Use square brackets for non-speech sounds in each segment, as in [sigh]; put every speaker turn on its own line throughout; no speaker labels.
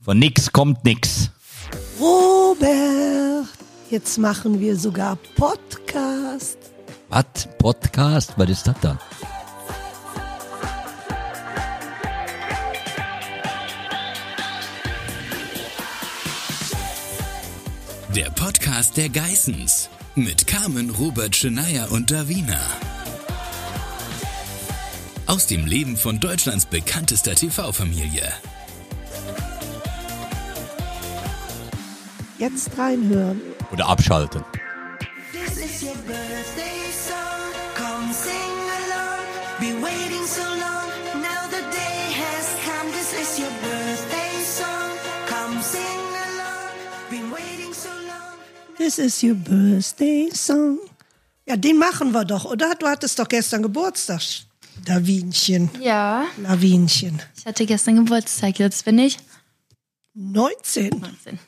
Von nix kommt nix.
Robert, jetzt machen wir sogar Podcast.
Was? Podcast? Was ist das dann?
Der Podcast der Geissens mit Carmen Robert Scheneier und Davina. Aus dem Leben von Deutschlands bekanntester TV-Familie.
Jetzt reinhören.
Oder abschalten.
This is your birthday song. Come sing along. Been waiting so long. Now the day has come. This is your birthday song. Come sing along. Been waiting so long.
This is your birthday song. Ja, den machen wir doch, oder? Du hattest doch gestern Geburtstag, Davinchen.
Ja,
Lavinchen.
ich hatte gestern Geburtstag, jetzt bin ich
19.
19.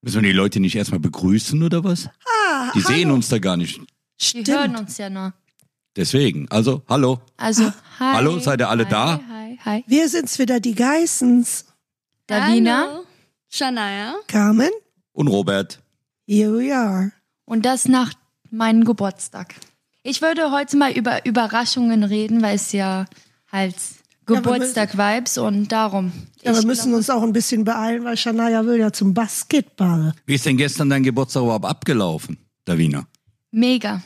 Müssen wir die Leute nicht erstmal begrüßen oder was?
Ah,
die sehen uns da gar nicht.
Die
Stimmt.
hören uns ja nur.
Deswegen. Also, hallo.
Also, hi.
Hallo, seid ihr alle
hi,
da?
Hi, hi.
Wir sind's wieder, die Geissens.
Davina.
Hallo. Shania.
Carmen,
Und Robert.
here we are.
Und das nach meinem Geburtstag. Ich würde heute mal über Überraschungen reden, weil es ja halt
wir
Geburtstag-Vibes und darum.
Ja, wir
Ich
müssen uns auch ein bisschen beeilen, weil Shania will ja zum Basketball. [laughs]
Wie ist denn gestern dein Geburtstag überhaupt abgelaufen, Davina?
Mega.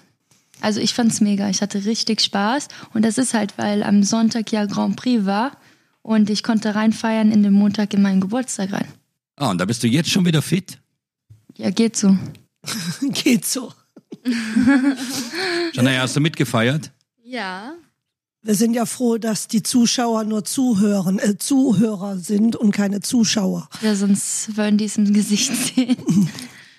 Also ich fand's mega. Ich hatte richtig Spaß. Und das ist halt, weil am Sonntag ja Grand Prix war und ich konnte reinfeiern in den Montag in meinen Geburtstag rein.
Ah, und da bist du jetzt schon wieder fit?
Ja, geht so.
Geht so.
Shania, hast du mitgefeiert?
Ja.
Wir sind ja froh, dass die Zuschauer nur zuhören, äh, Zuhörer sind und keine Zuschauer.
Ja, sonst würden die es im Gesicht [laughs] sehen.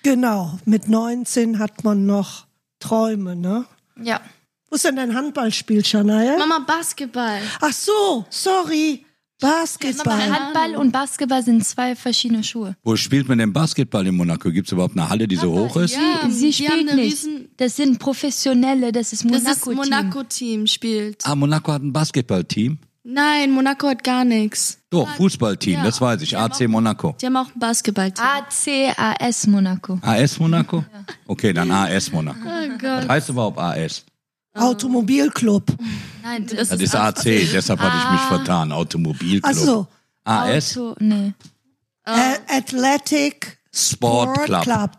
Genau, mit 19 hat man noch Träume, ne?
Ja.
Wo ist denn dein Handballspiel, Shania?
Mama Basketball.
Ach so, sorry, Basketball.
Handball und Basketball sind zwei verschiedene Schuhe.
Wo spielt man denn Basketball in Monaco? Gibt es überhaupt eine Halle, die so hoch ist?
Ja,
Sie
die haben
spielt
eine
nicht.
riesen.
Das sind Professionelle, das ist
Das ist
Monaco-Team.
Monaco-Team spielt.
Ah, Monaco hat ein Basketballteam.
Nein, Monaco hat gar nichts.
Doch, Fußballteam,
Ja.
das weiß ich. AC Monaco.
Die haben auch ein
Ah,
Basketballteam.
ACAS Monaco.
AS Monaco? Okay, dann AS Monaco.
Oh
Was
Gott.
heißt überhaupt AS?
Automobilclub.
Nein,
Das
Das ist AC, deshalb hatte ich mich vertan. Automobilclub.
Ach so,
AS
Auto, nee.
Ä- äh, Athletic
Sport Club.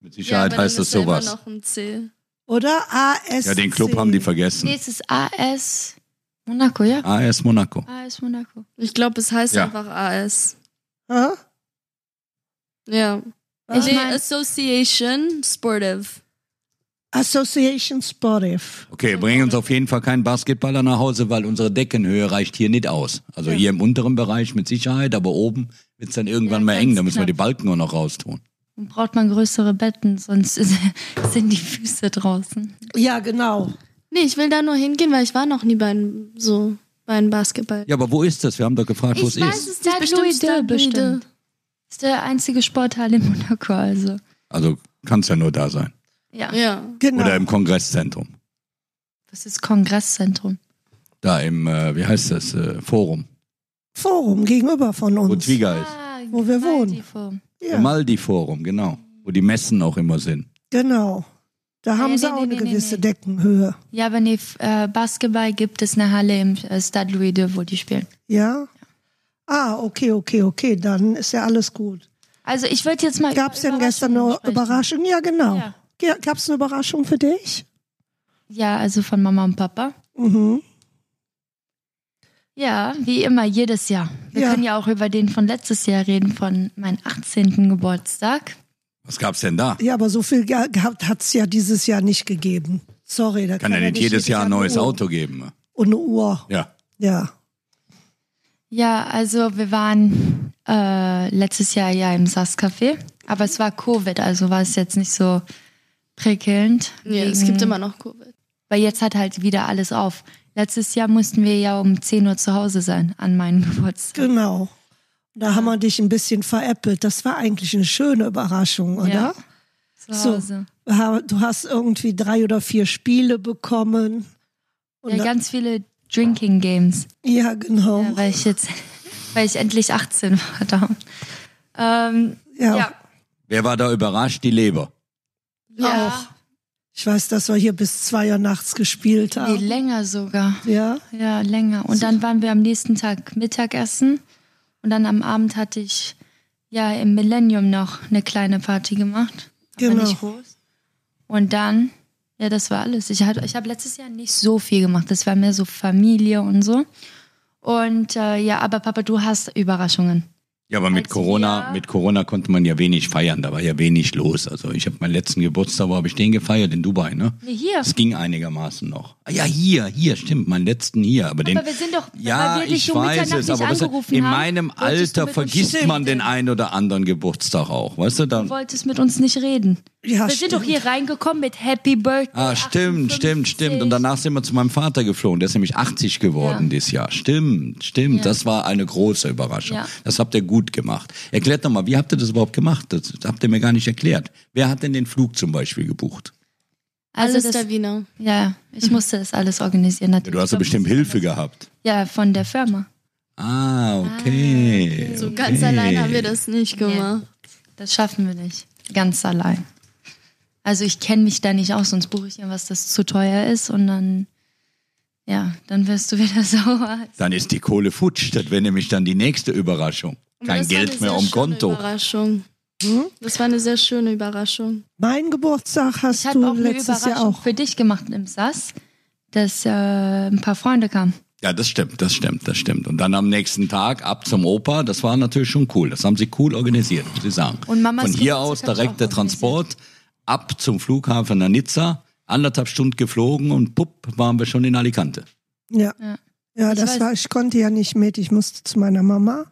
Mit Sicherheit
aber dann
heißt das
ist da immer
sowas.
noch ein C.
oder ASC.
Ja, den Club haben die
Nee,
vergessen.
es ist AS Monaco, ja.
AS Monaco.
AS Monaco.
Ich glaube, es heißt
Ja.
einfach AS.
Hä?
Ja.
Ich
nee,
mein-
Association Sportive.
Association Sportive.
Okay, bring uns auf jeden Fall keinen Basketballer nach Hause, weil unsere Deckenhöhe reicht hier nicht aus. Also hier im unteren Bereich mit Sicherheit, aber oben wird es dann irgendwann
Ja,
mal eng. Da
ganz
müssen wir
knapp.
die Balken auch noch raustun.
Und braucht man größere Betten, sonst [laughs] ist, sind die Füße draußen.
Ja, genau.
Nee, ich will da nur hingehen, weil ich war noch nie bei einem, so, bei einem Basketball.
Ja, aber wo ist das? Wir haben doch gefragt, wo es ist.
es
Stade Louis
Stade
II
Louis II.
bestimmt. Ist der einzige Sportteil in Monaco, also.
Also kann es ja nur da sein.
Ja.
Ja.
Genau.
Oder im Kongresszentrum.
Das ist Kongresszentrum.
Da im, äh, wie heißt das, äh, Forum,
Forum gegenüber von
wo
uns.
Twiga ist.
Ah,
Wo wir wohnen.
wohnen.
Ja.
Ja,
Maldi-Forum, genau. Wo die Messen auch immer sind.
genau. Da haben
Nee,
sie
nee,
auch
nee,
eine
nee, nee,
gewisse
nee.
Deckenhöhe.
Ja, aber nee, f- äh, Basketball gibt es eine Halle im äh, Stade Louis II, wo die spielen.
Ja? Ah, okay, okay, okay. Dann ist ja alles gut.
Also ich würde jetzt mal.
Gab es
über
denn gestern eine Überraschung?
Überraschungen sprechen.
Ja, genau.
Ja.
Ja. Gab es eine Überraschung für dich?
Ja, also von Mama und Papa.
Mhm.
Ja, wie immer, jedes Jahr. Wir
Ja.
können ja auch über den von letztes Jahr reden, von meinem 18. Geburtstag.
Was gab's denn da?
Ja, aber so viel ge- gehabt hat es ja dieses Jahr nicht gegeben. Sorry, da
Kann ja nicht jedes Jahr ein neues
eine Uhr.
Auto geben. ne?
Und eine Uhr.
Ja.
Ja.
Ja, also wir waren äh, letztes Jahr ja im SAS-Café, aber es war Covid, also war es jetzt nicht so prickelnd.
Nee, es
wegen-
gibt immer noch Covid.
Weil jetzt hat halt wieder alles auf. Letztes Jahr mussten wir ja um 10 Uhr zu Hause sein an meinem [laughs] Geburtstag.
Genau. Da haben wir dich ein bisschen veräppelt. Das war eigentlich eine schöne Überraschung, Genau, oder?
Ja, zu
So.
Hause.
Ha- Du hast irgendwie drei oder vier Spiele bekommen. Und
Ja,
da-
ganz viele Drinking Games.
ja genau.
Ja, weil ich jetzt [laughs] weil ich endlich 18 war [laughs] da. Ähm,
Ja.
ja.
Wer war da überrascht? Die Leber.
Ja.
Ich weiß, dass wir hier bis zwei Uhr nachts gespielt
Nee,
haben.
länger sogar.
Ja.
Ja, länger. Und dann waren wir am nächsten Tag Mittagessen. Und dann am Abend hatte ich ja im Millennium noch eine kleine Party gemacht.
Genau.
Aber nicht groß. Und dann, ja, das war alles. Ich, hatte- ich habe letztes Jahr nicht so viel gemacht. Das war mehr so Familie und so. Und äh, ja, aber Papa, du hast Überraschungen.
Ja, aber mit
Als
Corona,
wir-
mit Corona konnte man ja wenig feiern. Da war ja wenig los. Also ich habe meinen letzten Geburtstag, wo habe ich den gefeiert? In Dubai, ne?
Nee, hier.
Das ging einigermaßen noch. Ah, Ja, hier, hier, stimmt, meinen letzten hier. Aber, den,
Aber wir sind doch-
ja,
weil wir dich
ich
um
weiß
Mitternacht
es,
nicht
aber weißt du,
angerufen
in
haben,
meinem
wolltest
Alter
du mit uns
vergisst man
stimmen.
den einen oder anderen Geburtstag auch. Weißt du,
Du
dann.
wolltest mit uns nicht reden.
Ja,
wir
stimmt.
sind doch hier reingekommen mit Happy Birthday.
Ah, stimmt, stimmt,
58.
stimmt. Und danach sind wir zu meinem Vater geflogen. Der ist nämlich 80 geworden
Ja.
dieses Jahr. Stimmt, stimmt.
Ja.
Das war eine große Überraschung.
Ja.
Das habt ihr gut gemacht. Erklärt doch mal, wie habt ihr das überhaupt gemacht? Das habt ihr mir gar nicht erklärt. Wer hat denn den Flug zum Beispiel gebucht?
Also
Alles
das,
der Wiener.
Ja, ja, ich musste das alles organisieren.
Ja,
Natürlich.
du hast ja bestimmt Hilfe gehabt.
Ja, von der Firma.
Ah, okay.
So ganz allein haben wir das nicht gemacht.
Das schaffen wir nicht. Ganz allein. Also ich kenne mich da nicht aus, sonst buche ich irgendwas, das zu teuer ist und dann, ja, dann wirst du wieder [laughs] sauer.
Dann ist die Kohle futsch. Das wäre nämlich dann die nächste Überraschung.
Aber
Kein
das war
Geld
eine
mehr
sehr
am
schöne
Konto.
Überraschung. Das war eine sehr schöne Überraschung.
Mein Geburtstag hast
Ich habe
du
auch eine
letztes
Überraschung
Jahr auch.
für dich gemacht im SAS, dass äh, ein paar Freunde kamen.
Ja, das stimmt, das stimmt, das stimmt. Und dann am nächsten Tag ab zum Opa, das war natürlich schon cool. Das haben sie cool organisiert, muss ich sagen.
Und Mamas
Von hier
Geburtstag
aus
hab ich
direkt
auch
der Transport ab zum Flughafen nach Nizza, anderthalb Stunden geflogen und pupp, waren wir schon in Alicante.
Ja.
Ja.
Ja,
Ich
das
weiß.
war, ich konnte ja nicht mit, ich musste zu meiner Mama.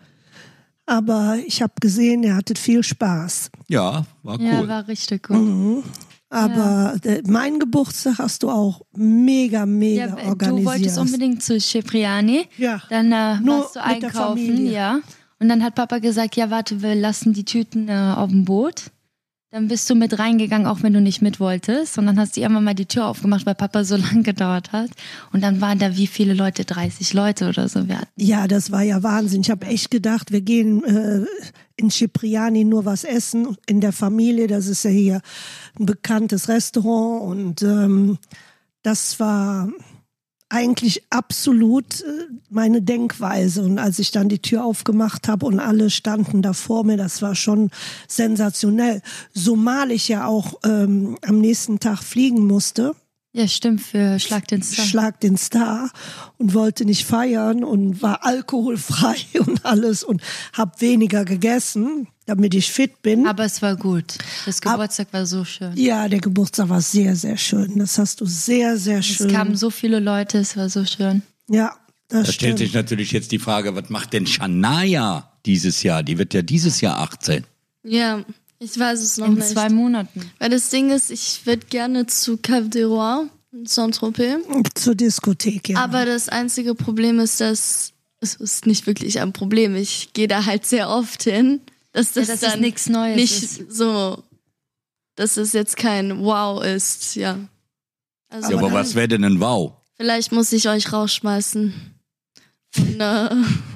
Aber ich habe gesehen, ihr hattet viel Spaß.
Ja, war cool.
Ja, war richtig
Mhm.
cool.
Aber der, mein Geburtstag hast du auch mega, mega
Ja, du
organisiert.
wolltest unbedingt zu Cipriani.
Ja.
Dann äh,
Nur
warst du
mit der
einkaufen,
Familie.
ja. Und dann hat Papa gesagt, ja, warte, wir lassen die Tüten äh, auf dem Boot. Dann bist du mit reingegangen, auch wenn du nicht mit wolltest. Und dann hast du irgendwann mal die Tür aufgemacht, weil Papa so [laughs] lange gedauert hat. Und dann waren da wie viele Leute? 30 Leute oder so. Wir hatten
ja, das war ja Wahnsinn. Ich habe echt gedacht, wir gehen äh, in Cipriani nur was essen in der Familie. Das ist ja hier ein bekanntes Restaurant und ähm, das war eigentlich absolut äh, meine Denkweise. Und als ich dann die Tür aufgemacht habe und alle standen da vor mir, das war schon sensationell. Zumal ich ja auch ähm, am nächsten Tag fliegen musste.
ja, stimmt, für Schlag den Star.
Schlag den Star und wollte nicht feiern und war alkoholfrei [laughs] und alles und habe weniger gegessen, damit ich fit bin.
Aber es war gut. Das Geburtstag war so schön.
ja, der Geburtstag war sehr, sehr schön. Das hast du sehr, sehr
Es kamen
schön.
so viele Leute, es war so schön.
Ja, das
Da stellt
stimmt.
sich natürlich jetzt die Frage, was macht denn Shania dieses Jahr? Die wird ja dieses Jahr 18.
Ja, ich weiß es noch
In
nicht.
zwei Monaten.
Weil das Ding ist, ich würde gerne zu Cave des Rois, Saint-Tropez.
Zur Diskothek, ja.
Aber das einzige Problem ist, dass es ist nicht wirklich ein Problem. Ich gehe da halt sehr oft hin. Dass das
Ja, dass es
dann
nichts Neues
nicht
ist.
so, dass es jetzt kein Wow ist, ja. Also
Ja, aber was wäre denn ein Wow?
vielleicht muss ich euch rausschmeißen. Von, äh,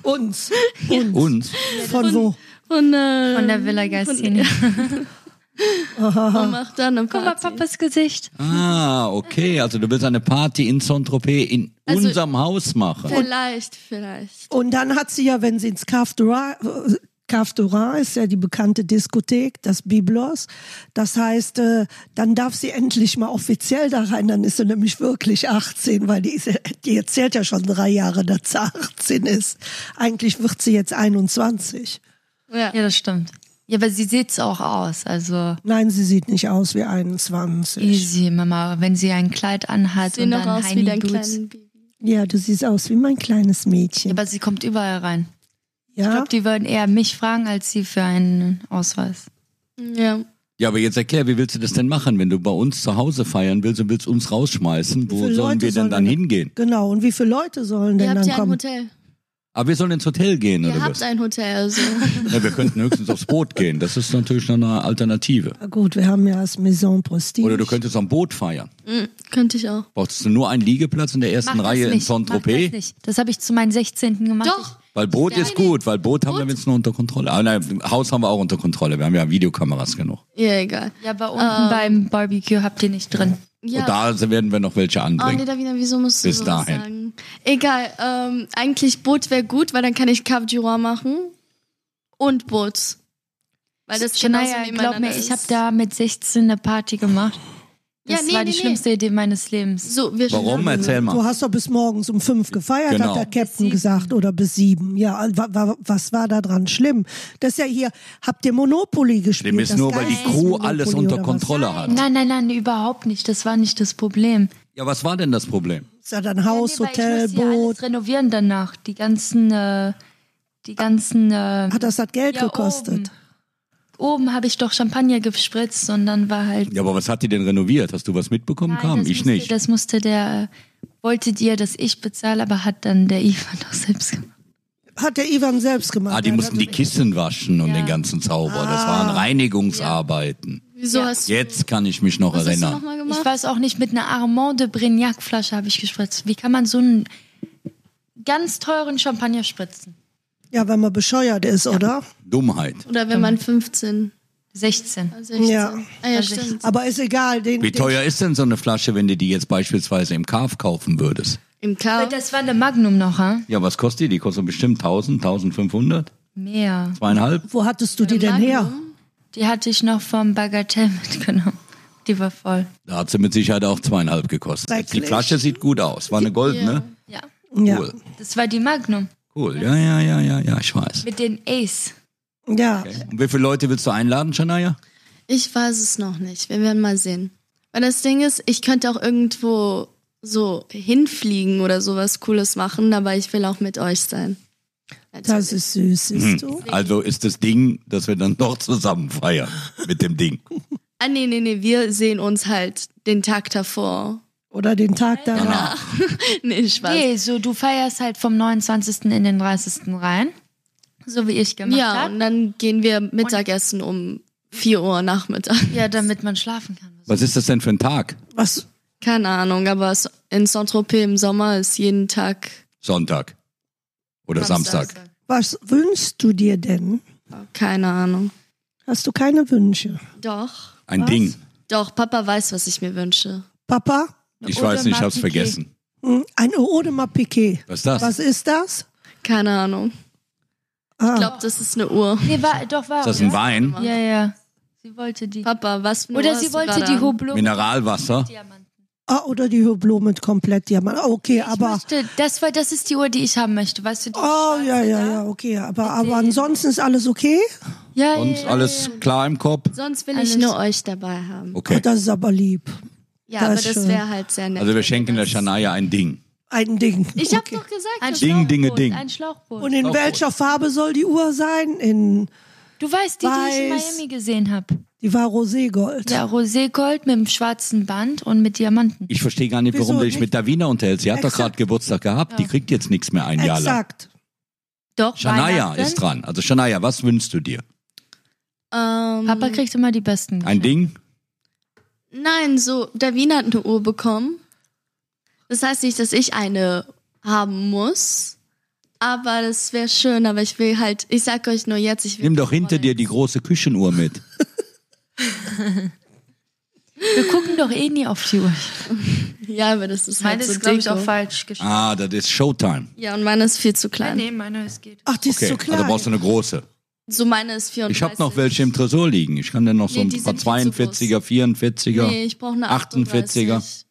uns. uns.
Uns?
Von wo?
von, äh,
Von der Villa Geistini.
und macht dann eine
Guck mal,
Party.
Papas Gesicht.
Ah, okay. Also du willst eine Party in Saint-Tropez in
Also-
unserem Haus machen.
Vielleicht, vielleicht.
Und dann hat sie ja, wenn sie ins Cave du Ra- äh, Cave du Ra ist ja die bekannte Diskothek, das Biblos. Das heißt, äh, dann darf sie endlich mal offiziell da rein. Dann ist sie nämlich wirklich 18, weil die, ist, ja- die erzählt ja schon drei Jahre, dass sie 18 ist. Eigentlich wird sie jetzt 21.
Ja.
Ja, das stimmt. Ja, aber sie sieht's auch aus. Also
Nein, sie sieht nicht aus wie 21.
easy, Mama. Wenn sie ein Kleid anhat
Sehen
und
noch
dann
aus wie
Heini
dein
Boots.
kleines Baby.
Ja, du siehst aus wie mein kleines Mädchen.
Aber sie kommt überall rein. Ich
Ja,
glaube, die würden eher mich fragen, als sie für einen Ausweis.
Ja.
Ja, aber jetzt erklär, wie willst du das denn machen, wenn du bei uns zu Hause feiern willst und willst uns rausschmeißen?
Wie
Wo
viele
sollen
Leute
wir denn
sollen
dann
denn-
hingehen?
genau. Und wie viele Leute sollen
Ihr
denn
habt
dann
ja ein
kommen?
Hotel.
Aber wir sollen ins Hotel gehen,
Ihr
oder
habt
was?
ein
[laughs]
Hotel, also.
Ja, wir könnten höchstens aufs Boot gehen. Das ist natürlich noch eine Alternative.
Na Gut, wir haben ja das Maison Prestige.
Oder du könntest am Boot feiern.
Mm, Könnte ich auch.
Brauchst du nur einen Liegeplatz in der ersten
Mach
Reihe
das
in
nicht. Mach das
Saint-Tropez?
nicht. Das habe ich zu meinem 16. gemacht.
Doch.
Weil Boot ist gut, weil Boot haben wir
Boot?
jetzt nur unter Kontrolle. Aber nein, Haus haben wir auch unter Kontrolle. Wir haben ja Videokameras genug.
Ja, egal.
Ja, aber
Ähm.
unten beim Barbecue habt ihr nicht drin.
Ja.
Und da werden wir noch welche
Oh nee,
anbringen.
Davina, wieso musst du
Bis
sowas
dahin.
sagen? Egal, ähm, eigentlich Boot wäre gut, weil dann kann ich Kavjura machen und Boot. Weil das genauso
Shania, glaub
nebeneinander
mir, ich
ist.
habe da mit 16 eine Party gemacht.
Ja,
Das
nee,
war
nee,
die
nee.
schlimmste Idee meines Lebens.
So, wir
Warum?
schlafen.
Erzähl
Du
mal.
hast doch bis morgens um fünf gefeiert,
Genau.
hat der Captain
sieben.
gesagt, oder bis sieben. Ja, wa- wa- was war da dran schlimm? Das ist ja hier, habt ihr Monopoly gespielt?
Dem ist
das
nur, weil die Crew
Geistesmonopoly
alles unter
oder was?
Kontrolle hat.
Nein, nein, nein, überhaupt nicht. Das war nicht das Problem.
Ja, was war denn das Problem?
Ist ja dann Haus,
Nee, weil
Hotel,
ich musste ja
Boot.
alles renovieren danach. Die ganzen, äh, die ganzen. Äh,
Hat das hat Geld
Ja,
gekostet?
oben habe ich doch Champagner gespritzt und dann war halt.
Ja, aber was hat die denn renoviert? Hast du was mitbekommen? Kam
das
ich
musste,
nicht.
Das musste der. äh, Wollte dir, dass ich bezahle, aber hat dann der Ivan [laughs] doch selbst gemacht.
Hat der Ivan selbst gemacht.
Ah, die
Ja, ne?
mussten die Kissen waschen und den ganzen Zauber. Das waren Reinigungsarbeiten.
Wieso hast du
Jetzt kann ich mich noch
was hast du
erinnern.
nochmal
Ich
gemacht?
weiß auch nicht, mit einer Armand de Brignac Flasche habe ich gespritzt. Wie kann man so einen ganz teuren Champagner spritzen?
ja, wenn man bescheuert ist, oder?
Dummheit.
Oder wenn man 15,
16.
16.
Ja.
Ah, ja,
Also
stimmt.
Aber ist egal. Den,
Wie teuer ist denn so eine Flasche, wenn du die jetzt beispielsweise im Kaf kaufen würdest?
Im
Weil
Chaos.
Das war eine Magnum noch, ha?
Ja, was kostet die? Die kostet bestimmt 1000, 1500,
Mehr.
zweieinhalb.
Den, wo hattest du die denn her?
Die hatte ich noch vom Bagatell mitgenommen. Die war voll.
Da hat sie mit Sicherheit auch zweieinhalb gekostet.
Bei
Die
Clash.
Flasche sieht gut aus. War eine goldene?
Ja.
Ja.
Cool.
Das war die Magnum
Cool. Ja, ja, ja, ja, ja, ich weiß.
mit den Ace.
Ja.
Und wie viele Leute willst du einladen, Shania?
Ich weiß es noch nicht. Wir werden mal sehen. Weil das Ding ist, ich könnte auch irgendwo so hinfliegen oder sowas Cooles machen, aber ich will auch mit euch sein.
Das ist süß, siehst du?
[laughs] Also ist das Ding, dass wir dann doch zusammen feiern mit dem Ding.
Ah, nee, nee, nee, wir sehen uns halt den Tag davor.
Oder den Tag danach.
[laughs] nee, Spaß.
Nee, so du feierst halt vom 29. in den 30. rein. So wie ich gemacht
Ja,
habe.
und dann gehen wir Mittagessen um 4 Uhr Nachmittag.
Ja, damit man schlafen kann.
Was ist das denn für ein Tag?
Was?
[laughs] Keine Ahnung, aber es- in Saint-Tropez im Sommer ist jeden Tag
Sonntag oder Samstag.
Was wünschst du dir denn?
Keine Ahnung.
Hast du keine Wünsche?
Doch.
Ein Ding.
Doch, Papa weiß, was ich mir wünsche.
Papa?
Ich
Oder
weiß nicht, ich hab's
Martin
vergessen.
Hm, Ein Odema Piquet.
Was ist das?
Was ist das?
Keine Ahnung.
Ah.
Ich glaube, das ist eine Uhr.
Nee, war, doch war.
Ist das ein
oder?
Wein?
Ja, ja. Sie wollte die.
Papa, was für eine Uhr
Oder sie
hast
wollte
du
die
Hublot.
Hublot.
Mineralwasser?
Diamanten.
Ah, oder die Hublot mit komplett Diamant. Ah, Okay, aber.
Möchte, das, war, das ist die Uhr, die ich haben möchte, weißt du? Die
Oh, ja, ja, ja, okay. Aber, aber ansonsten ist alles okay?
ja,
Und
ja,
alles klar im Kopf?
Sonst will
Alles.
ich nur euch dabei haben.
Oh,
Okay.
das ist aber lieb.
Ja,
Das
aber
ist
das
schön.
wäre halt sehr nett.
Also wir schenken der Shania ein Ding.
Ein Ding.
Ich habe
Okay.
doch gesagt,
Ein
dass-
Ding, Dinge,
Schlauchboot,
Ding.
Ein Schlauchboot.
Und in welcher Farbe soll die Uhr sein? In,
du weißt, die, die ich in
Weiß.
Miami gesehen habe.
die war roségold.
Der Roségold mit dem schwarzen Band und mit Diamanten.
Ich verstehe gar nicht, warum
Wieso
du dich
nicht?
mit Davina unterhältst. Sie hat doch
Exakt.
gerade Geburtstag gehabt. Die kriegt jetzt nichts mehr ein Jahr lang.
Exakt.
Doch,
Shania
Weihnachten.
ist dran. Also Shania, was wünschst du dir?
ähm,
Papa kriegt immer die besten.
Ein
Geschenke.
Ding?
Nein, so, Davina hat eine Uhr bekommen. Das heißt nicht, dass ich eine haben muss. Aber das wäre schön, aber ich will halt, ich sag euch nur jetzt, ich will.
Nimm doch hinter dir die große Küchenuhr mit.
Wir gucken doch eh nie auf die Uhr.
Ja, aber das ist halt so
glaub
Deko.
falsch geschrieben.
Ah, das ist Showtime.
Ja, und meine ist viel zu klein.
Nee, meine, es geht.
Ach, die ist
Okay,
zu klein.
also brauchst du eine große.
So meine ist 34.
Ich habe noch welche im Tresor liegen. Ich kann dir noch so
Nee,
ein
die
paar
sind viel zu groß.
42er, 44er.
Nee, ich brauche eine
48er.
38.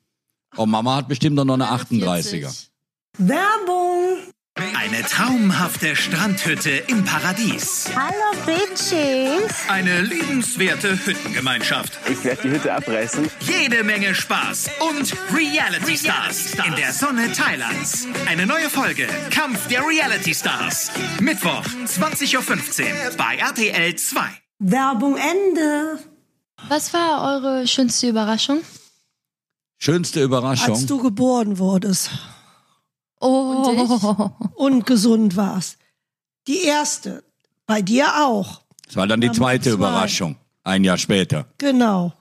Oh, Mama hat bestimmt auch noch eine 38er.
40.
Werbung!
Eine traumhafte Strandhütte im Paradies.
Hallo Bitches!
Eine liebenswerte Hüttengemeinschaft.
Ich werde die Hütte abreißen.
Jede Menge Spaß und Reality Stars in der Sonne Thailands. Eine neue Folge Kampf der Reality Stars. Mittwoch, 20.15 Uhr bei RTL 2.
Werbung Ende!
Was war eure schönste Überraschung?
Schönste
Als
Überraschung.
du geboren wurdest
Oh,
und gesund warst. Die erste. Bei dir auch.
Das war dann die
Nummer
zweite
zwei.
Überraschung. Ein Jahr später.
Genau.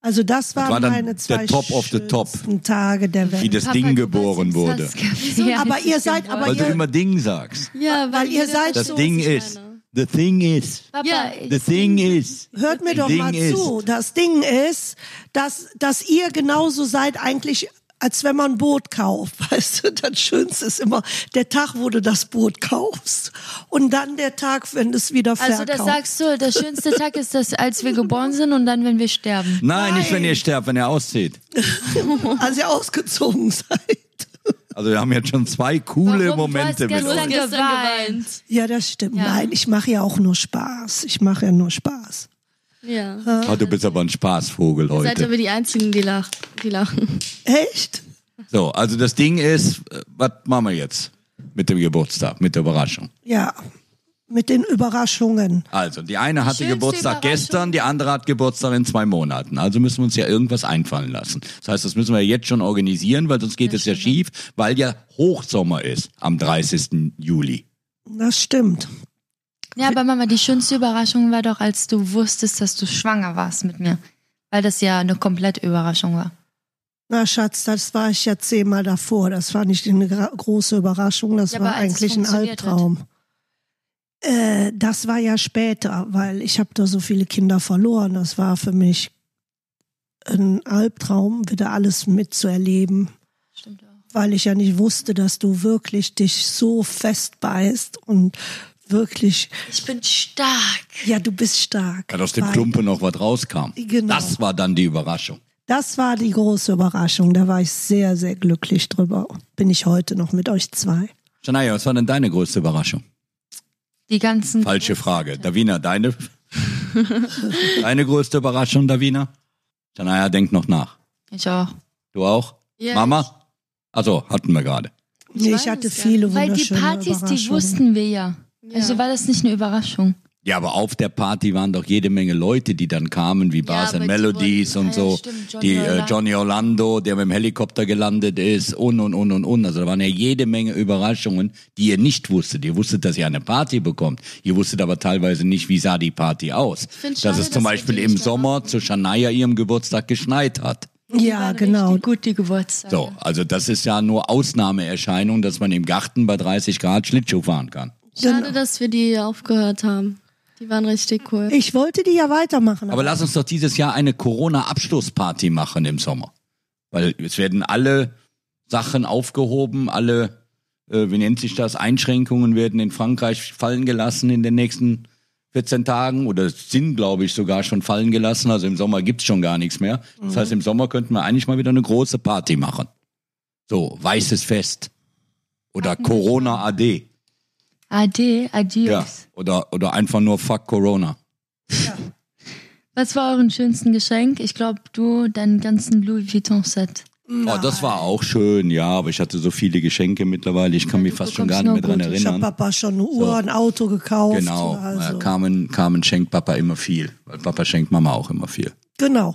Also das waren
war dann
meine
der
zwei
Top of the top.
schönsten Tage der
Wie
Welt.
das Ding geboren wurde.
Ja,
Aber ihr seid, aber
Weil du
ihr,
immer Ding sagst.
Ja, weil,
ihr
jeder
seid
versteht,
Das
so,
was
Ding
ich
ist.
meine.
The thing is.
Papa,
Ja.
The thing is.
hört mir doch
Ding
mal
ist.
zu. Das Ding ist, dass, dass ihr genauso seid eigentlich, als wenn man ein Boot kauft. [laughs] Weißt du, das Schönste ist immer der Tag, wo du das Boot kaufst und dann der Tag, wenn du es wieder
also
verkaufst.
das sagst du, der schönste Tag ist das, als wir geboren sind und dann, wenn wir sterben.
Nein, nicht wenn ihr sterbt, wenn ihr auszieht.
als ihr ausgezogen [laughs] seid.
Also wir haben jetzt schon zwei coole
Warum? Du hast
Momente mit
gestern
uns.
ge-
Gestern geweint.
Ja, das stimmt.
Ja.
Nein, ich mache ja auch nur Spaß. Ich mache ja nur Spaß.
Ja.
Oh, du bist aber ein Spaßvogel
Seid
heute.
aber die Einzigen, die, lach, die lachen.
Echt?
So, also das Ding ist, äh, was machen wir jetzt mit dem Geburtstag, mit der Überraschung?
Ja. Mit den Überraschungen.
Also, die eine hatte
Schönste
Geburtstag
Überraschung.
gestern, die andere hat Geburtstag in zwei Monaten. Also müssen wir uns ja irgendwas einfallen lassen. Das heißt, das müssen wir jetzt schon organisieren, weil sonst geht es ja schief, weil ja Hochsommer ist am 30. Juli.
Das stimmt.
Ja, aber Mama, die schönste Überraschung war doch, als du wusstest, dass du schwanger warst mit mir. Weil das ja eine komplette Überraschung war.
Na Schatz, das war ich ja zehnmal davor. Das war nicht eine gra- große Überraschung, das
Ja,
war
aber als es
eigentlich ein
funktioniert hat.
Albtraum. Äh, das war ja später, weil ich habe da so viele Kinder verloren. Das war für mich ein Albtraum, wieder alles mitzuerleben,
Stimmt auch.
weil ich ja nicht wusste, dass du wirklich dich so festbeißt und wirklich,
Ich bin stark.
ja, du bist stark.
Weil aus dem
Weil-
Klumpen noch was rauskam.
Genau.
Das war dann die Überraschung.
Das war die große Überraschung. Da war ich sehr, sehr glücklich drüber. Bin ich heute noch mit euch zwei.
Shania, was war denn deine größte Überraschung?
Die ganzen.
Falsche Frage. Davina, deine? deine größte Überraschung, Davina? Shania, denk noch nach.
Ich auch.
Du auch?
Ja,
Mama? Also hatten wir gerade.
Ich, nee,
weiß
ich hatte
es gar
viele
Weil die
wunderschöne
Partys, die
Überraschungen.
wussten wir ja. Also war das nicht eine Überraschung.
Ja, aber auf der Party waren doch jede Menge Leute, die dann kamen, wie Bars
aber
and
die
Melodies
wollten-
und
ja,
so.
stimmt, Johnny
die äh,
Orlando.
Johnny Orlando, der mit dem Helikopter gelandet ist und und und und und. Also da waren ja jede Menge Überraschungen, die ihr nicht wusstet. Ihr wusstet, dass ihr eine Party bekommt. Ihr wusstet aber teilweise nicht, wie sah die Party aus.
find's
Dass
schade,
es zum
dass wir
Beispiel
die
im
nicht
Sommer zu Shania ihrem Geburtstag geschneit hat.
Ja, genau.
Richtig gut, die Geburtstage.
So, also das ist ja nur Ausnahmeerscheinung, dass man im Garten bei 30 Grad Schlittschuh fahren kann.
Schade,
Genau.
dass wir die aufgehört haben. Die waren richtig cool.
Ich wollte die ja weitermachen.
Aber lass uns doch dieses Jahr eine Corona-Abschlussparty machen im Sommer. Weil es werden alle Sachen aufgehoben, alle, äh, wie nennt sich das, Einschränkungen werden in Frankreich fallen gelassen in den nächsten 14 Tagen oder sind, glaube ich, sogar schon fallen gelassen. Also im Sommer gibt's schon gar nichts mehr. Das heißt, im Sommer könnten wir eigentlich mal wieder eine große Party machen. So, weißes Fest. Oder Corona AD.
Ade, adios.
Ja. Oder, oder einfach nur Fuck Corona.
Was war euren schönsten Geschenk? Ich glaube, du, deinen ganzen Louis Vuitton-Set.
Oh, das war auch schön, ja, aber ich hatte so viele Geschenke mittlerweile, ich kann mich fast schon gar nicht mehr dran
ich habe
erinnern.
Papa schon eine Uhr, ein Auto gekauft.
Genau,
Also,
äh, Carmen, Carmen schenkt Papa immer viel, weil Papa schenkt Mama auch immer viel.
genau.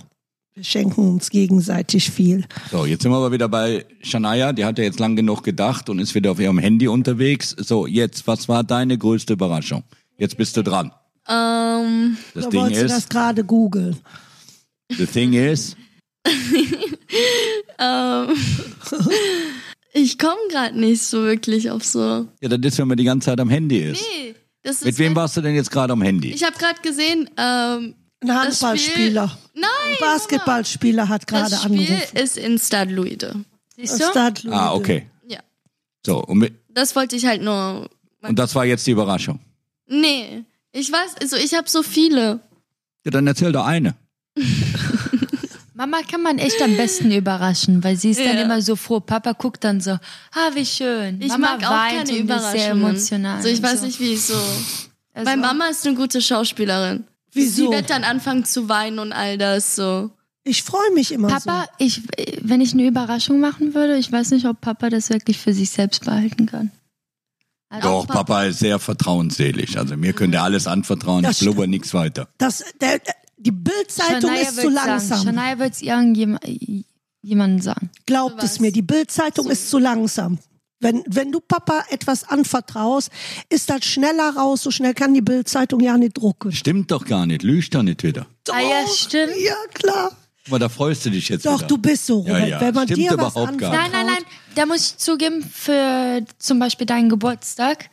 Wir schenken uns gegenseitig viel.
So, jetzt sind wir aber wieder bei Shania, die hat ja jetzt lang genug gedacht und ist wieder auf ihrem Handy unterwegs. So, jetzt, was war deine größte Überraschung? Jetzt bist du dran.
Ähm,
Das
da
Ding
wolltest du das
ist,
gerade googeln.
the thing is,
ich komme gerade nicht so wirklich auf so.
ja, das ist, wenn man die ganze Zeit am Handy ist.
Nee, das ist
Mit wem
wenn-
warst du denn jetzt gerade am Handy?
Ich habe gerade gesehen, ähm,
Ein
das Spiel-
Handballspieler.
Nein,
Ein Basketballspieler hat gerade
das Spiel
angerufen.
ist in Stadluide.
Siehst du?
Stadtlude.
Ah, okay.
Ja.
So, und, mit,
Das wollte ich halt nur.
und das war jetzt die Überraschung.
Nee, ich weiß, also ich habe so viele.
Ja, dann erzähl doch eine.
Mama kann man echt am besten überraschen, weil sie ist dann
Ja.
immer so froh. Papa guckt dann so, ah, wie schön.
Ich
Mama
mag auch
weint
keine
und ist
Überraschungen.
sehr emotional.
So, ich
und
weiß
so.
nicht, wie ich so.
Also,
Meine Mama ist eine gute Schauspielerin. Sie
Wieso?
wird dann anfangen zu weinen und all das so.
Ich freue mich immer
Papa, ich, wenn ich eine Überraschung machen würde, ich weiß nicht, ob Papa das wirklich für sich selbst behalten kann. Also,
Doch, Papa ist sehr vertrauensselig. Also mir könnt ihr alles anvertrauen,
Das
ich blubber nichts weiter.
so. Das, der, die Bildzeitung
Shania
ist zu
wird's
langsam.
Sagen. Shania wird es irgendjemandem sagen.
Glaubt es mir, die Bildzeitung ist zu langsam. Wenn, wenn du Papa etwas anvertraust, ist das schneller raus, so schnell kann die Bildzeitung ja nicht drucken.
Stimmt doch gar nicht, lügt doch nicht wieder.
Ah ja, stimmt.
Ja, klar.
Guck mal, da freust du dich jetzt
Doch,
wieder.
du bist so,
Ja,
Robert.
ja,
Wenn man
stimmt
dir was
überhaupt gar
anvertraut,
nicht.
Nein, nein, nein. Da muss ich zugeben, für zum Beispiel deinen Geburtstag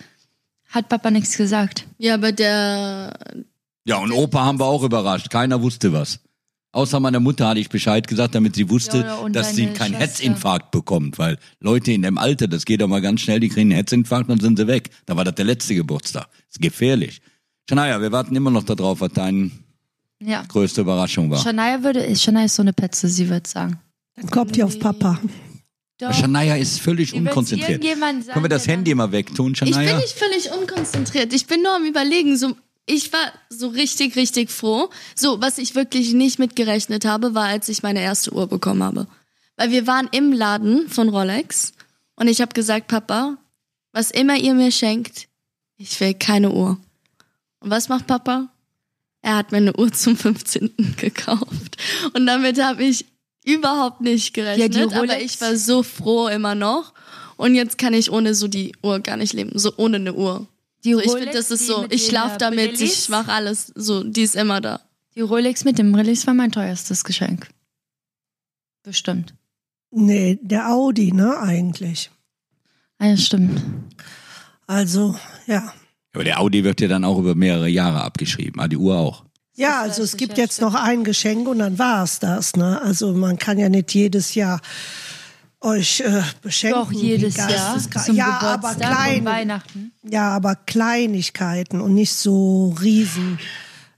hat Papa nichts gesagt.
Ja, aber der.
Ja, und Opa haben wir auch überrascht. Keiner wusste was. Außer meiner Mutter hatte ich Bescheid gesagt, damit sie wusste,
Ja, oder- und
dass sie
deine
keinen
Schwester.
Herzinfarkt bekommt. Weil Leute in dem Alter, das geht doch mal ganz schnell, die kriegen einen Herzinfarkt und dann sind sie weg. Da war das der letzte Geburtstag. Das ist gefährlich. Shania, wir warten immer noch darauf, was deine
Ja.
größte Überraschung war.
Shania würde, Shania ist so eine Petze, sie würde sagen.
dann kommt ihr auf Papa.
Doch.
Shania ist völlig
Wie willst du
unkonzentriert.
irgendjemandem sagen,
Können wir das
der
Handy mal wegtun,
Ich bin
Shania?
nicht völlig unkonzentriert. Ich bin nur am Überlegen. So, ich war so richtig, richtig froh. So, was ich wirklich nicht mitgerechnet habe, war, als ich meine erste Uhr bekommen habe. Weil wir waren im Laden von Rolex und ich habe gesagt, Papa, was immer ihr mir schenkt, ich will keine Uhr. Und was macht Papa? Er hat mir eine Uhr zum 15. gekauft. Und damit habe ich überhaupt nicht gerechnet.
Ja, die
aber
Rolex.
ich war so froh immer noch. Und jetzt kann ich ohne so die Uhr gar nicht leben. So ohne eine Uhr.
Die
So, ich
Rolex,
finde, das
die
ist so,
mit
ich
den, äh,
schlafe damit,
Brillis.
ich mache alles. So, die ist immer da.
Die Rolex mit dem Release war mein teuerstes Geschenk. Bestimmt.
Nee, der Audi, ne, eigentlich.
Ah, Ja, stimmt.
Also, ja.
Aber der Audi wird ja dann auch über mehrere Jahre abgeschrieben. Ah, die Uhr auch.
Ja, also es gibt jetzt noch ein Geschenk und dann war es das. Ne? Also man kann ja nicht jedes Jahr euch äh, beschenken.
Doch, jedes
Wie
Jahr
geisteskrank-
zum
ja, aber
Geburtstag und
klein,
Weihnachten.
ja, aber Kleinigkeiten und nicht so riesen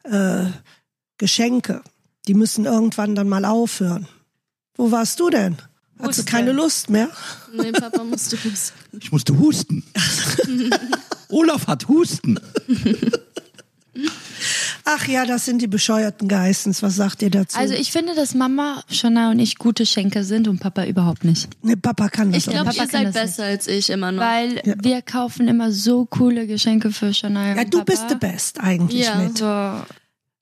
äh, Geschenke. Die müssen irgendwann dann mal aufhören. Wo warst du denn? Hast du
ist
keine
denn?
Lust mehr?
Nee, Papa musste husten.
Ich musste [laughs] husten. Olaf hat Husten.
Ach ja, das sind die bescheuerten Geistens. Was sagt ihr dazu?
Also ich finde, dass Mama, Shana und ich gute Schenker sind und Papa überhaupt nicht.
nee, Papa kann das
[laughs] Ich glaube,
Papa
ihr
kann
seid
das
besser als ich immer noch.
Weil wir kaufen immer so coole Geschenke für Shania
auch. Ja,
und
du
Papa.
bist the best eigentlich
Ja.
mit.
So,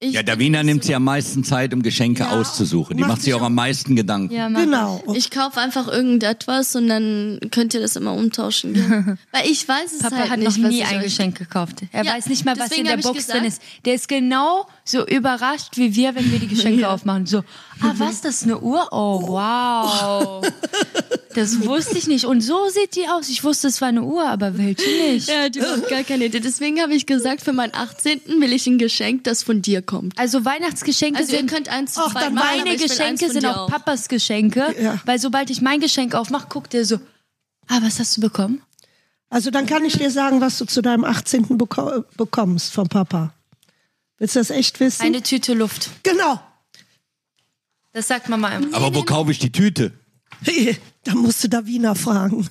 ich,
Ja, Davina nimmt sich am meisten Zeit, um Geschenke auszusuchen. Die
macht
macht sich auch am meisten Gedanken.
ja, Mama.
Genau. Und
ich kaufe einfach irgendetwas und dann könnt ihr das immer
[laughs]
umtauschen. gehen. Weil ich weiß es
Papa
halt
hat
nicht,
noch
was
nie
ich
ein
euch-
Geschenk gekauft. Er
Ja,
weiß nicht mal, was
deswegen
in der
hab ich
Box
gesagt-
drin ist. Der ist genau so überrascht wie wir, wenn wir die
[laughs]
Geschenke aufmachen. So,
Mhm.
ah, was, das ist eine Uhr? Oh, wow.
[laughs]
Das wusste ich nicht. Und so sieht die aus. Ich wusste, es war eine Uhr, aber welche nicht?
Ja, die macht gar keine Idee. Deswegen habe ich gesagt, für meinen 18. will ich ein Geschenk, das von dir kommt.
Also Weihnachtsgeschenke
Also ihr
sind...
könnt eins zu
Ach,
zweit
dann
machen, aber
meine
ich will eins
Geschenke
von
sind
dir
auch Papas Geschenke,
Ja.
weil sobald ich mein Geschenk aufmache, guckt er so, ah, was hast du bekommen?
Also dann kann ich dir sagen, was du zu deinem 18. beko bekommst vom Papa. Willst du das echt wissen?
Eine Tüte Luft.
genau.
Das sagt Mama immer.
Aber wo kaufe ich die Tüte?
da musst du Davina fragen.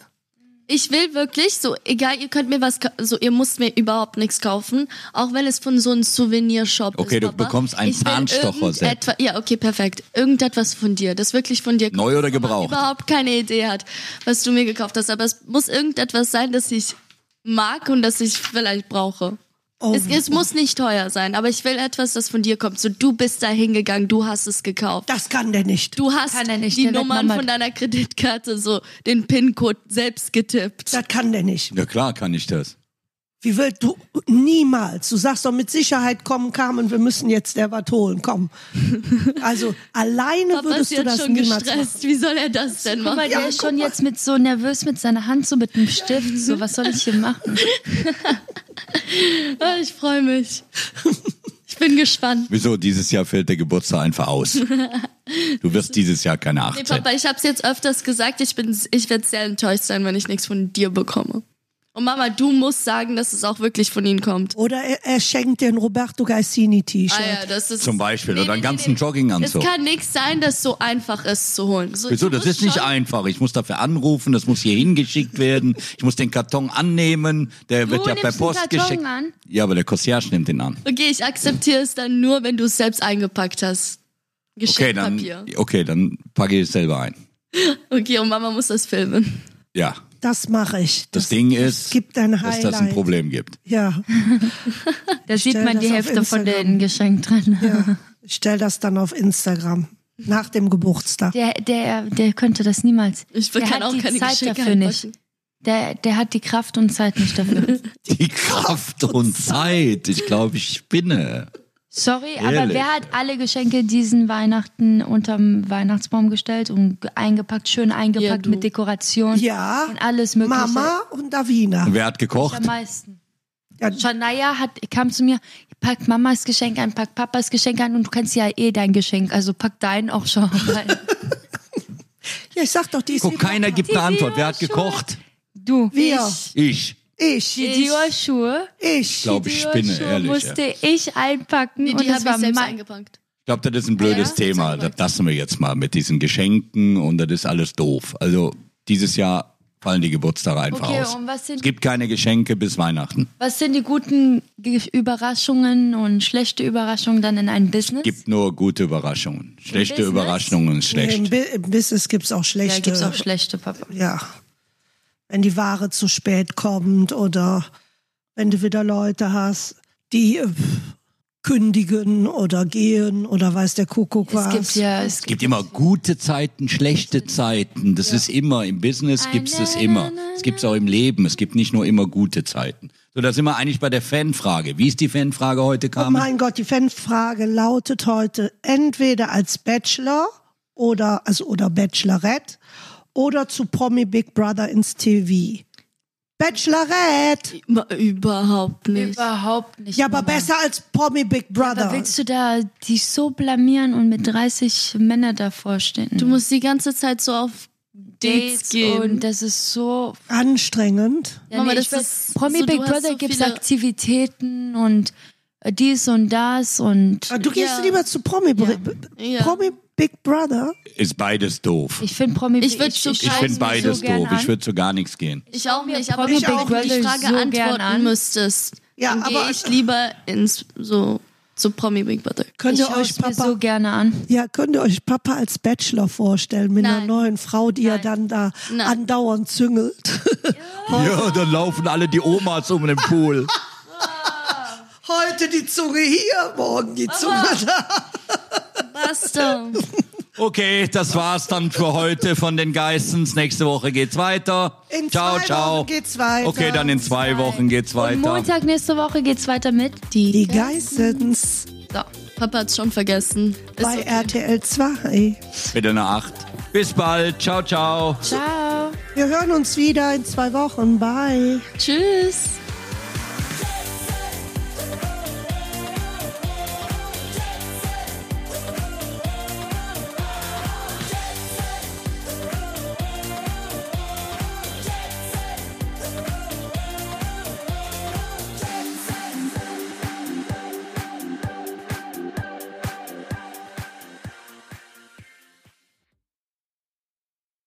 Ich will wirklich, so egal, ihr könnt mir was, ka- so ihr müsst mir überhaupt nichts kaufen, auch wenn es von so einem Souvenirshop ist.
Okay, du
Papa.
bekommst einen
Ich will
Zahnstocher-Set.
irgendetwa- Ja, okay, perfekt. Irgendetwas von dir, das wirklich von dir kommt.
Neu oder
wo man
gebraucht?
überhaupt keine Idee hat, was du mir gekauft hast. Aber es muss irgendetwas sein, das ich mag und das ich vielleicht brauche.
Oh,
Es, es muss nicht teuer sein, aber ich will etwas, das von dir kommt. So, du bist da hingegangen, du hast es gekauft.
das kann der nicht.
Du hast
Kann er nicht,
die
der wird
Nummern
Mama-
von deiner Kreditkarte, so den PIN-Code selbst getippt.
Das kann der nicht.
Ja klar kann ich das.
Wie willst du? Niemals. Du sagst doch mit Sicherheit, komm, Carmen, wir müssen jetzt der was holen,
[laughs]
komm. Also alleine
Papa
würdest
ist
du
jetzt
das
schon
niemals
gestresst. Wie soll er das denn
Guck
machen?
mal, der ist schon jetzt mit so nervös mit seiner Hand, so mit dem Stift, so, was soll ich hier machen?
Ah, ich freue mich. Ich bin gespannt.
Wieso? Dieses Jahr fällt der Geburtstag einfach aus. Du wirst dieses Jahr keine
Nee,
18.
Papa, ich habe es jetzt öfters gesagt. Ich, bin, ich werde sehr enttäuscht sein, wenn ich nichts von dir bekomme. Und Mama, du musst sagen, dass es auch wirklich von ihm kommt.
machen. Oder er, er schenkt dir ein Roberto Gaisini-T-Shirt.
Ah ja, das ist
Zum Beispiel.
Nee,
Oder einen
nee, nee,
ganzen
nee.
Jogginganzug.
Es kann nichts sein, dass so einfach ist zu holen. So,
Wieso?
du
Das
musst
ist nicht
schon-
einfach. Ich muss dafür anrufen, das muss hier hingeschickt werden. Ich muss den Karton annehmen. Der wird ja per
nimmst den
Post
Karton
geschickt.
an?
Ja, aber der Concierge nimmt den an.
Okay, ich akzeptiere es dann nur, wenn du es selbst eingepackt hast.
Okay, dann,
Geschenkpapier.
okay, dann packe ich es selber ein.
okay, und Mama muss das filmen.
Ja,
Das mache ich.
das, Ding ist,
gibt ein
dass das ein
Highlight.
Problem gibt.
Ja,
Da sieht
Stell
man
das
die
auf
Hälfte von
Instagram.
den Geschenk drin.
ich stell das dann auf Instagram nach dem Geburtstag.
Der, der, der könnte das niemals.
Ich
der
kann
hat
auch
die
keine
Zeit
Geschenke
dafür nicht.
einpacken.
Der, der hat die
[laughs]
Kraft und Zeit nicht dafür.
Die Kraft und Zeit. Ich glaube, ich spinne.
Sorry, aber
Ehrlich?
wer hat alle Geschenke diesen Weihnachten unterm Weihnachtsbaum gestellt und ge- eingepackt, schön eingepackt
du.
mit Dekoration
Ja.
und alles mögliche?
Mama und Davina.
Wer hat gekocht?
Am meisten.
Ja,
Shania hat, kam zu mir, pack Mamas Geschenk ein, pack Papas Geschenk ein und du kennst ja eh dein Geschenk, also pack dein auch schon rein.
ja, ich sag doch, die ist
Guck,
wie
keiner gibt eine Antwort. Wer hat gekocht?
Du,
Wir.
ich,
Ich.
ich.
die Dior-Schuhe,
Ich.
Glaub ich spinne,
Dior-Schuhe
ehrlich. ja.
musste ich einpacken
Nee,
und
die
das
habe ich
war
selbst
mein,
eingepackt.
Ich glaube, das ist ein blödes
Ja?
Thema. Das lassen wir jetzt mal mit diesen Geschenken und das ist alles doof. Also dieses Jahr fallen die Geburtstage einfach
Okay,
aus.
und was sind-
es gibt keine Geschenke bis Weihnachten.
Was sind die guten Ge- Überraschungen und schlechte Überraschungen dann in einem Business?
gibt nur gute Überraschungen. Schlechte
Business?
Überraschungen ist
Im,
schlecht.
Bi- Im Business gibt es auch
ja,
schlechte.
gibt's auch schlechte Papa.
ja. Wenn die Ware zu spät kommt oder wenn du wieder Leute hast, die äh, kündigen oder gehen oder weiß der Kuckuck was.
Es gibt ja, es
Es gibt immer gute Zeiten, schlechte Zeiten. Das ist immer im Business gibt's das immer. Es gibt's auch im Leben. Es gibt nicht nur immer gute Zeiten. So, da sind wir eigentlich bei der Fanfrage. Wie ist die Fanfrage heute,
Oh
Carmen?
mein Gott, die Fanfrage lautet heute entweder als Bachelor oder, also, oder Bachelorette oder zu Promi Big Brother ins TV. Bachelorette!
Ma- Überhaupt nicht.
überhaupt nicht.
Ja, aber
Mama.
besser als Promi Big
Aber
Brother.
willst du da die so blamieren und mit 30 Männern davor stehen?
Du musst die ganze Zeit so auf Dates gehen.
und das ist so.
Anstrengend.
Ja,
Mama,
nee,
das
ich will-
ist
Promi
so, du
Big
hast
Brother
so
gibt's
viele-
Aktivitäten und äh, dies und das und
Du gehst
Ja.
lieber zu Promi, Br-
Ja.
Promi Big Brother.
Ist beides doof.
ich finde Promi
Ich würd so
Ich
scheiß
finde
mich
beides
so gern
doof. Ich
an.
würde zu gar nichts gehen.
Ich auch
mir
nicht, aber
Promi
wenn du
Big
auch auf die
Brother
Frage
so gern an.
antworten müsstest,
Ja,
dann
aber-
gehe ich lieber ins so zu Promi Big Brother.
Könnt
Ich
ihr
schaue
euch
es mir
Papa,
so gerne an.
ja, könnt ihr euch Papa als Bachelor vorstellen mit einer
Nein.
neuen Frau, die er
Nein.
dann da
Nein.
andauernd
[laughs]
züngelt?
Oh.
Ja, dann laufen alle die Omas um den Pool.
Heute die Zunge hier, morgen die Zunge da.
Basta.
[laughs] Okay, das war's dann für heute von den Geistens. Nächste Woche geht's weiter.
In
ciao,
zwei
ciao.
Wochen geht's weiter.
Okay, dann in zwei Wochen geht's weiter.
Und Montag nächste Woche geht's weiter mit
Die Geissens
So, Papa hat's schon vergessen. Ist
bei
okay.
RTL 2.
Bitte eine Acht. Bis bald. Ciao, ciao.
Ciao.
Wir hören uns wieder in zwei Wochen. Bye.
Tschüss.